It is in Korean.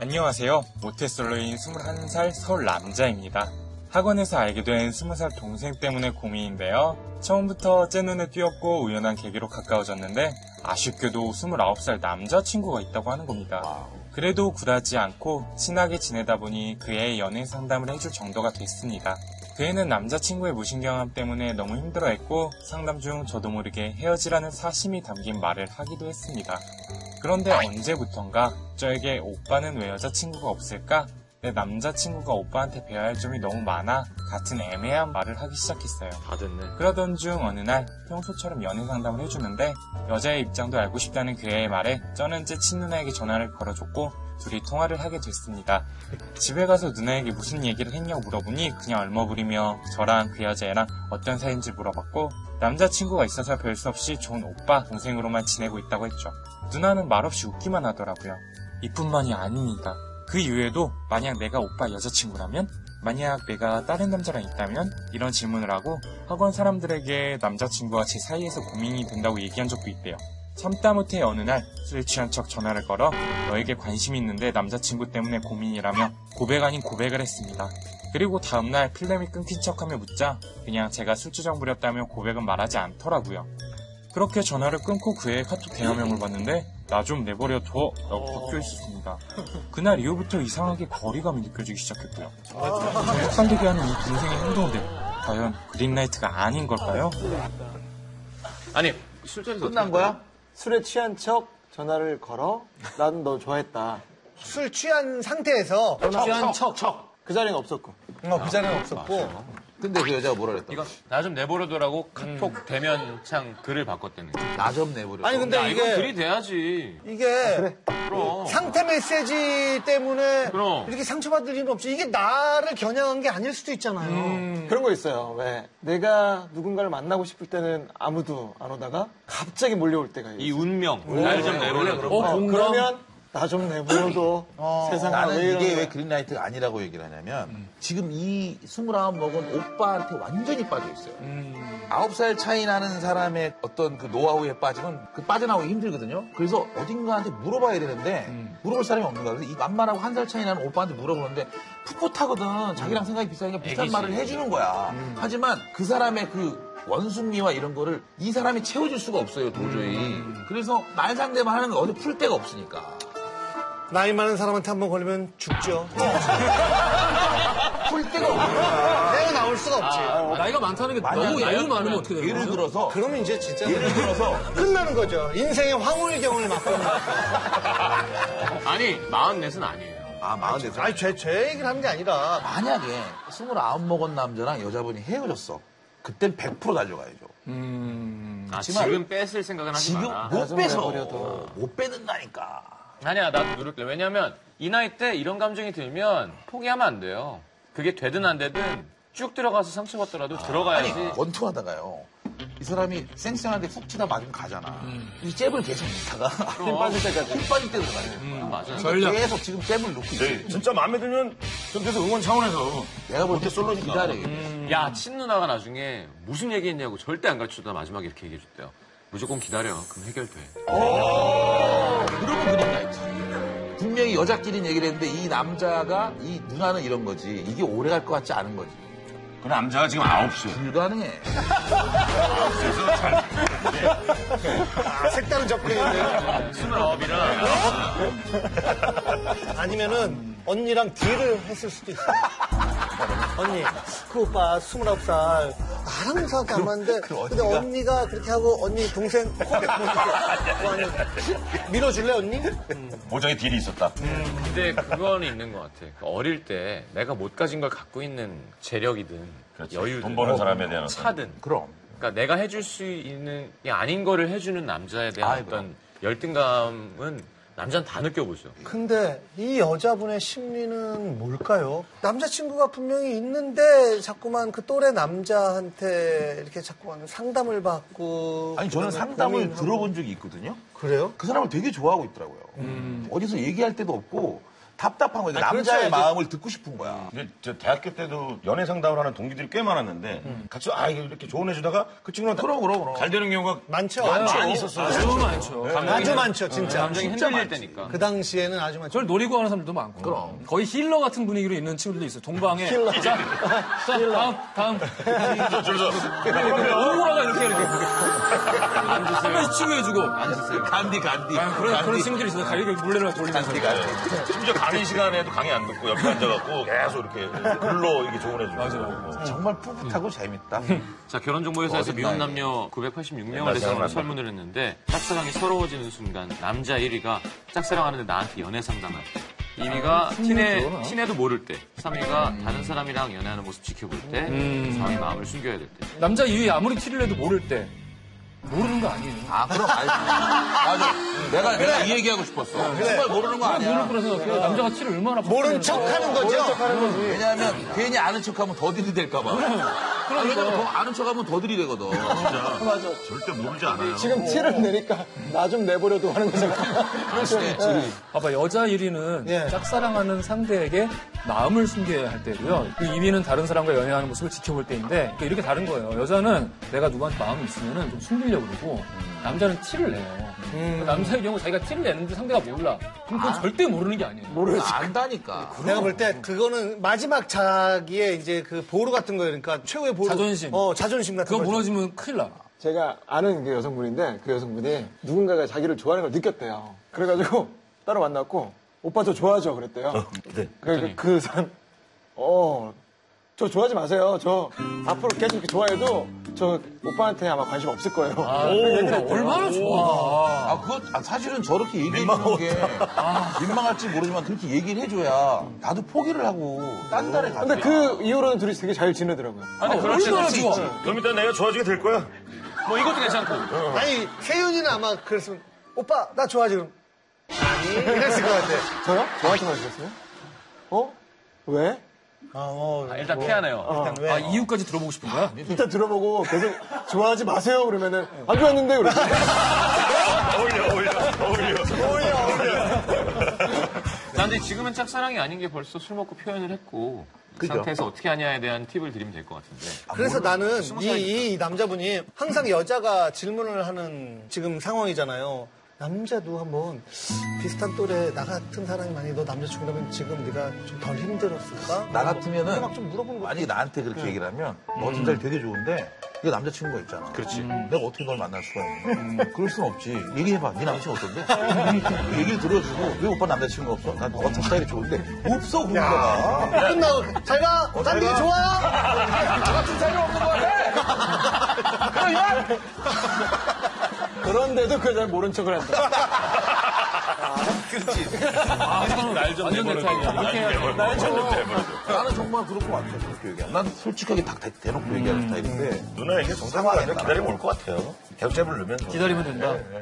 안녕하세요. 모태솔로인 21살 서울 남자입니다. 학원에서 알게 된 20살 동생 때문에 고민인데요. 처음부터 제 눈에 띄었고 우연한 계기로 가까워졌는데 아쉽게도 29살 남자친구가 있다고 하는 겁니다. 와우. 그래도 굴하지 않고 친하게 지내다 보니 그의 연애 상담을 해줄 정도가 됐습니다. 그애는 남자친구의 무신경함 때문에 너무 힘들어했고 상담 중 저도 모르게 헤어지라는 사심이 담긴 말을 하기도 했습니다. 그런데 언제부턴가 저에게 오빠는 왜 여자친구가 없을까? 내 남자친구가 오빠한테 배워야 할 점이 너무 많아 같은 애매한 말을 하기 시작했어요. 다 됐네. 그러던 중 어느 날 평소처럼 연애 상담을 해주는데 여자의 입장도 알고 싶다는 그의 말에 쩌는 제 친누나에게 전화를 걸어줬고 둘이 통화를 하게 됐습니다. 집에 가서 누나에게 무슨 얘기를 했냐고 물어보니 그냥 얼머부리며 저랑 그 여자애랑 어떤 사이인지 물어봤고 남자친구가 있어서 별 수 없이 좋은 오빠 동생으로만 지내고 있다고 했죠. 누나는 말없이 웃기만 하더라고요. 이뿐만이 아닙니다. 그 이후에도 만약 내가 오빠 여자친구라면? 만약 내가 다른 남자랑 있다면? 이런 질문을 하고 학원 사람들에게 남자친구와 제 사이에서 고민이 된다고 얘기한 적도 있대요. 참다 못해 어느 날 술 취한 척 전화를 걸어 너에게 관심이 있는데 남자친구 때문에 고민이라며 고백 아닌 고백을 했습니다. 그리고 다음날 필름이 끊긴 척하며 묻자 그냥 제가 술주정 부렸다며 고백은 말하지 않더라고요. 그렇게 전화를 끊고 그의 카톡 대화명을 봤는데 나 좀 내버려둬 라고 바뀌어 있었습니다. 그날 이후부터 이상하게 거리감이 느껴지기 시작했고요. 헷갈리게 하는 이 동생의 행동들 과연 그린라이트가 아닌 걸까요? 아니 술자리에서 끝난 어떻게 거야? 술에 취한 척 전화를 걸어. 난 너 좋아했다. 술 취한 상태에서 취한 척, 척. 그 자리는 없었고. 어, 그 아, 자리는 없었고 근데 그 여자가 뭐라 그랬다? 이거 나 좀 내버려둬라고 카톡 대면창 글을 바꿨다는 거. 나 좀 내버려. 아니 근데 야, 이건 글이 이게 돼야지. 이게 그럼. 상태 메시지 때문에 그럼. 이렇게 상처받을 일은 없지 이게 나를 겨냥한 게 아닐 수도 있잖아요 음. 그런 거 있어요. 왜? 내가 누군가를 만나고 싶을 때는 아무도 안 오다가 갑자기 몰려올 때가 이 있어요. 운명. 날 좀 내버려둬. 어, 그러면 나 좀 내버려둬. 세상아 왜 나는 이러는 이게 거야. 음. 왜 그린라이트가 아니라고 얘기를 하냐면 지금 이 29 먹은 오빠한테 완전히 빠져 있어요. 음. 아홉 살 차이 나는 사람의 어떤 그 노하우에 빠지면 그 빠져나오기 힘들거든요. 그래서 어딘가한테 물어봐야 되는데 음. 물어볼 사람이 없는 거야. 그래서 이 만만하고 한 살 차이 나는 오빠한테 물어보는데 풋풋하거든. 음. 자기랑 생각이 비슷하니까 비슷한 애기지. 말을 해주는 거야. 하지만 그 사람의 그 원숭이와 이런 거를 이 사람이 채워줄 수가 없어요, 도저히. 음. 그래서 말 상대만 하는 거 어디 풀 데가 없으니까. 나이 많은 사람한테 한 번 걸리면 죽죠 풀 데가 없어요. 내가 나올 수가 아, 없지 나이가 많다는 게 만약 너무 나이가 여유 많으면 어떻게 되는 예를 거죠? 들어서 그러면 이제 진짜 예를 들어서 끝나는 거죠 인생의 황홀경을 맛보는 아니 마흔넷은 아니에요. 아 마흔 살 아니 죄, 죄 얘기를 하는 게 아니라 만약에 스물아홉 먹은 남자랑 여자분이 헤어졌어 그땐 100% 달려가야죠 음... 아, 그치만- 지금 뺏을 생각은 하지 지금 뭐- 마라. 못 나중에 빼서 내버려둬. 못 빼는다니까 아니야 나도 누를게. 왜냐면 이 나이 때 이런 감정이 들면 포기하면 안 돼요. 그게 되든 안 되든 쭉 들어가서 상처받더라도 아니 들어가야지. 원투하다가요 이 사람이 쌩쌩한데 훅 치다 맞으면 가잖아 이 잽을 계속 넣다가 힘 빠질 때까지 힘 빠질 때도 가야 되는 거야 맞아. 그러니까 계속 지금 잽을 넣고 있지 진짜 마음에 들면 전 계속 응원 차원에서 내가 볼때 솔로 기다려야겠다 야, 친누나가 나중에 무슨 얘기 했냐고 절대 안 가르쳐 주다 마지막에 이렇게 얘기해 줬대요. 무조건 기다려. 그럼 해결돼. 그러면 그냥 나이지. 분명히 여자끼리 얘기를 했는데 이 남자가 이 누나는 이런 거지 이게 오래 갈 것 같지 않은 거지 그 남자가 지금 9시 불가능해 아, 색다른 접근인데요 어? 스물아홉이라. 아니면은 언니랑 딜을 했을 수도 있어. 언니, 그 오빠 29살. 나랑 생각이 안 맞는데. 그 근데 언니가 그렇게 하고 언니 동생 밀어줄래 언니? 음. 모자에 딜이 있었다 근데 그거는 있는 것 같아. 그 어릴 때 내가 못 가진 걸 갖고 있는 재력이든 그렇지. 여유든 뭐 돈 버는 사람에 대한 어떤- 차든. 그럼 그러니까 내가 해줄 수 있는 게 아닌 거를 해주는 남자에 대한 아이고. 어떤 열등감은 남자는 다 느껴보죠. 네. 근데 이 여자분의 심리는 뭘까요? 남자친구가 분명히 있는데 자꾸만 그 또래 남자한테 이렇게 자꾸만 상담을 받고. 아니 저는 그다음에 상담을 고민하고. 들어본 적이 있거든요. 그래요? 그 사람을 되게 음. 좋아하고 있더라고요. 어디서 얘기할 데도 없고 답답한 거야. 아니, 남자의 그렇죠. 이제- 마음을 듣고 싶은 거야. 근데 저 대학교 때도 연애 상담을 하는 동기들이 꽤 많았는데 음. 같이 아 이거 이렇게 조언해 주다가 그 친구랑 그럼, 그럼, 그럼. 잘 되는 경우가 많죠. 많이 있었어요. 아주 많죠. 아주 많죠, 진짜. 네, 감정이 흔들릴 때니까. 그 당시에는 아주 많죠. 저를 노리고 하는 사람들도 많고. 그럼. 거의 힐러 같은 분위기로 있는 친구들도 있어요. 동방에. 힐러. 자, 자 다음, 다음. 줄서 오라가 이렇게 이렇게. 한번 치고 해주고. 간디, 간디. 아, 그런, 그런 간디. 친구들이 있어요. 가위를 물레로 돌리면서. 간디가. 심지어 강의 시간에도 강의 안 듣고 옆에 앉아갖고 계속 이렇게 글로 이렇게 조언해 주고 맞아요. 정말 풋풋하고 재밌다. 자 결혼정보회사에서 어린 미혼 나이에. 남녀 986명을 대상으로 생각난다. 설문을 했는데 짝사랑이 서러워지는 순간 남자 1위가 짝사랑하는데 나한테 연애 상담할 때 아, 2위가 티네, 티네도 모를 때 3위가 음. 다른 사람이랑 연애하는 모습 지켜볼 때 4위 마음을 숨겨야 될 때 남자 이유에 아무리 티를 내도 모를 때. 모르는 거 아니에요. 아, 그럼 알지. 맞아. 내가, 내가 이 얘기하고 싶었어. 정말 모르는 거 아니야. 모르는 거라 생각해요. 남자가 티를 얼마나 모른 척 하는 거죠? 왜냐하면 괜히 아는 척하면 더딜이 될까봐. 아, 왜냐면 더 아는 척하면 더딜이 되거든. 네, 절대 모르지 않아요. 지금 티를 내니까 나 좀 내버려도 하는 거잖아. 그렇지. 봐봐 여자 1위는 예. 짝사랑하는 상대에게 마음을 숨겨야 할 때고요. 그 2위는 다른 사람과 연애하는 모습을 지켜볼 때인데 그러니까 이렇게 다른 거예요. 여자는 내가 누구한테 마음이 있으면 좀 숨기려고 그러고 남자는 티를 내요. 그러니까 남자의 경우 자기가 티를 내는데 상대가 몰라. 그럼 그건 절대 아. 모르는 게 아니에요. 안다니까. 내가 볼 때 그거는 마지막 자기의 이제 그 보루 같은 거예요. 그러니까 최후의 보루. 자존심. 어, 자존심 같은 그거 거. 무너지면 큰일 나. 제가 아는 그 여성분인데 그 여성분이 누군가가 자기를 좋아하는 걸 느꼈대요. 그래가지고 따로 만났고 오빠 저 좋아하죠 그랬대요. 네. 그러니까 그 사람 어, 어저 좋아하지 마세요. 저 앞으로 계속 이렇게 좋아해도 저 오빠한테 아마 관심 없을 거예요. 네. 얼마나 좋아. 아, 그거, 아, 사실은 저렇게 얘기해주는 게 민망할지 모르지만 그렇게 얘기를 해줘야 나도 포기를 하고 딴 음. 달에 가서. 근데 그 이후로는 둘이 되게 잘 지내더라고요. 아니 얼마나 좋아. 그럼 일단 내가 좋아지게 될 거야. 뭐 이것도 괜찮고 아니, 세윤이는 아마 그랬으면, 오빠, 나 좋아하지, 그럼. 아니, 그랬을 것 같아. 저요? 저한테 말씀하셨어요? 어? 왜? 아, 어, 아, 일단 피하네요 일단 왜? 아 이유까지 들어보고 싶은 거야? 일단 들어보고 계속 좋아하지 마세요 그러면은 안 좋았는데 그러지. 어울려 어울려 어울려. 나 근데 지금은 짝사랑이 아닌 게 벌써 술 먹고 표현을 했고 그 상태에서 어떻게 하냐에 대한 팁을 드리면 될 것 같은데 그래서 나는 이, 이 남자분이 항상 여자가 질문을 하는 지금 상황이잖아요. 남자도 한번 비슷한 또래 나 같은 사람이 만약에 너 남자친구라면 지금 네가 좀 덜 힘들었을까? 나 같으면은 막좀 물어보는 음. 거 만약에 나한테 그렇게 얘기를 하면 너 진짜 되게 좋은데 이거 남자친구가 있잖아. 그렇지. 내가 어떻게 널 만날 수가 있냐. 음, 그럴 순 없지. 얘기해봐. 네 남자친구 어떤데? 그 얘기를 들어주고 왜 오빠 남자친구 없어? 난 너가 적당히 좋은데 없어 그런 거가. 끝나고 잘 가. 난 되게 좋아. 그런데도 그 여자는 모른 척을 한다. 완전 대타이야. 이렇게 해야 돼. 네. 아. 나는 정말 그럴 것 같아. 그렇게 얘기하면. 난 솔직하게 다 대- 대놓고 얘기하는 스타일인데 누나에게 정상화 아니라 기다리면 올 것 같아요. 대역잡을 넣으면서. 기다리면 된다.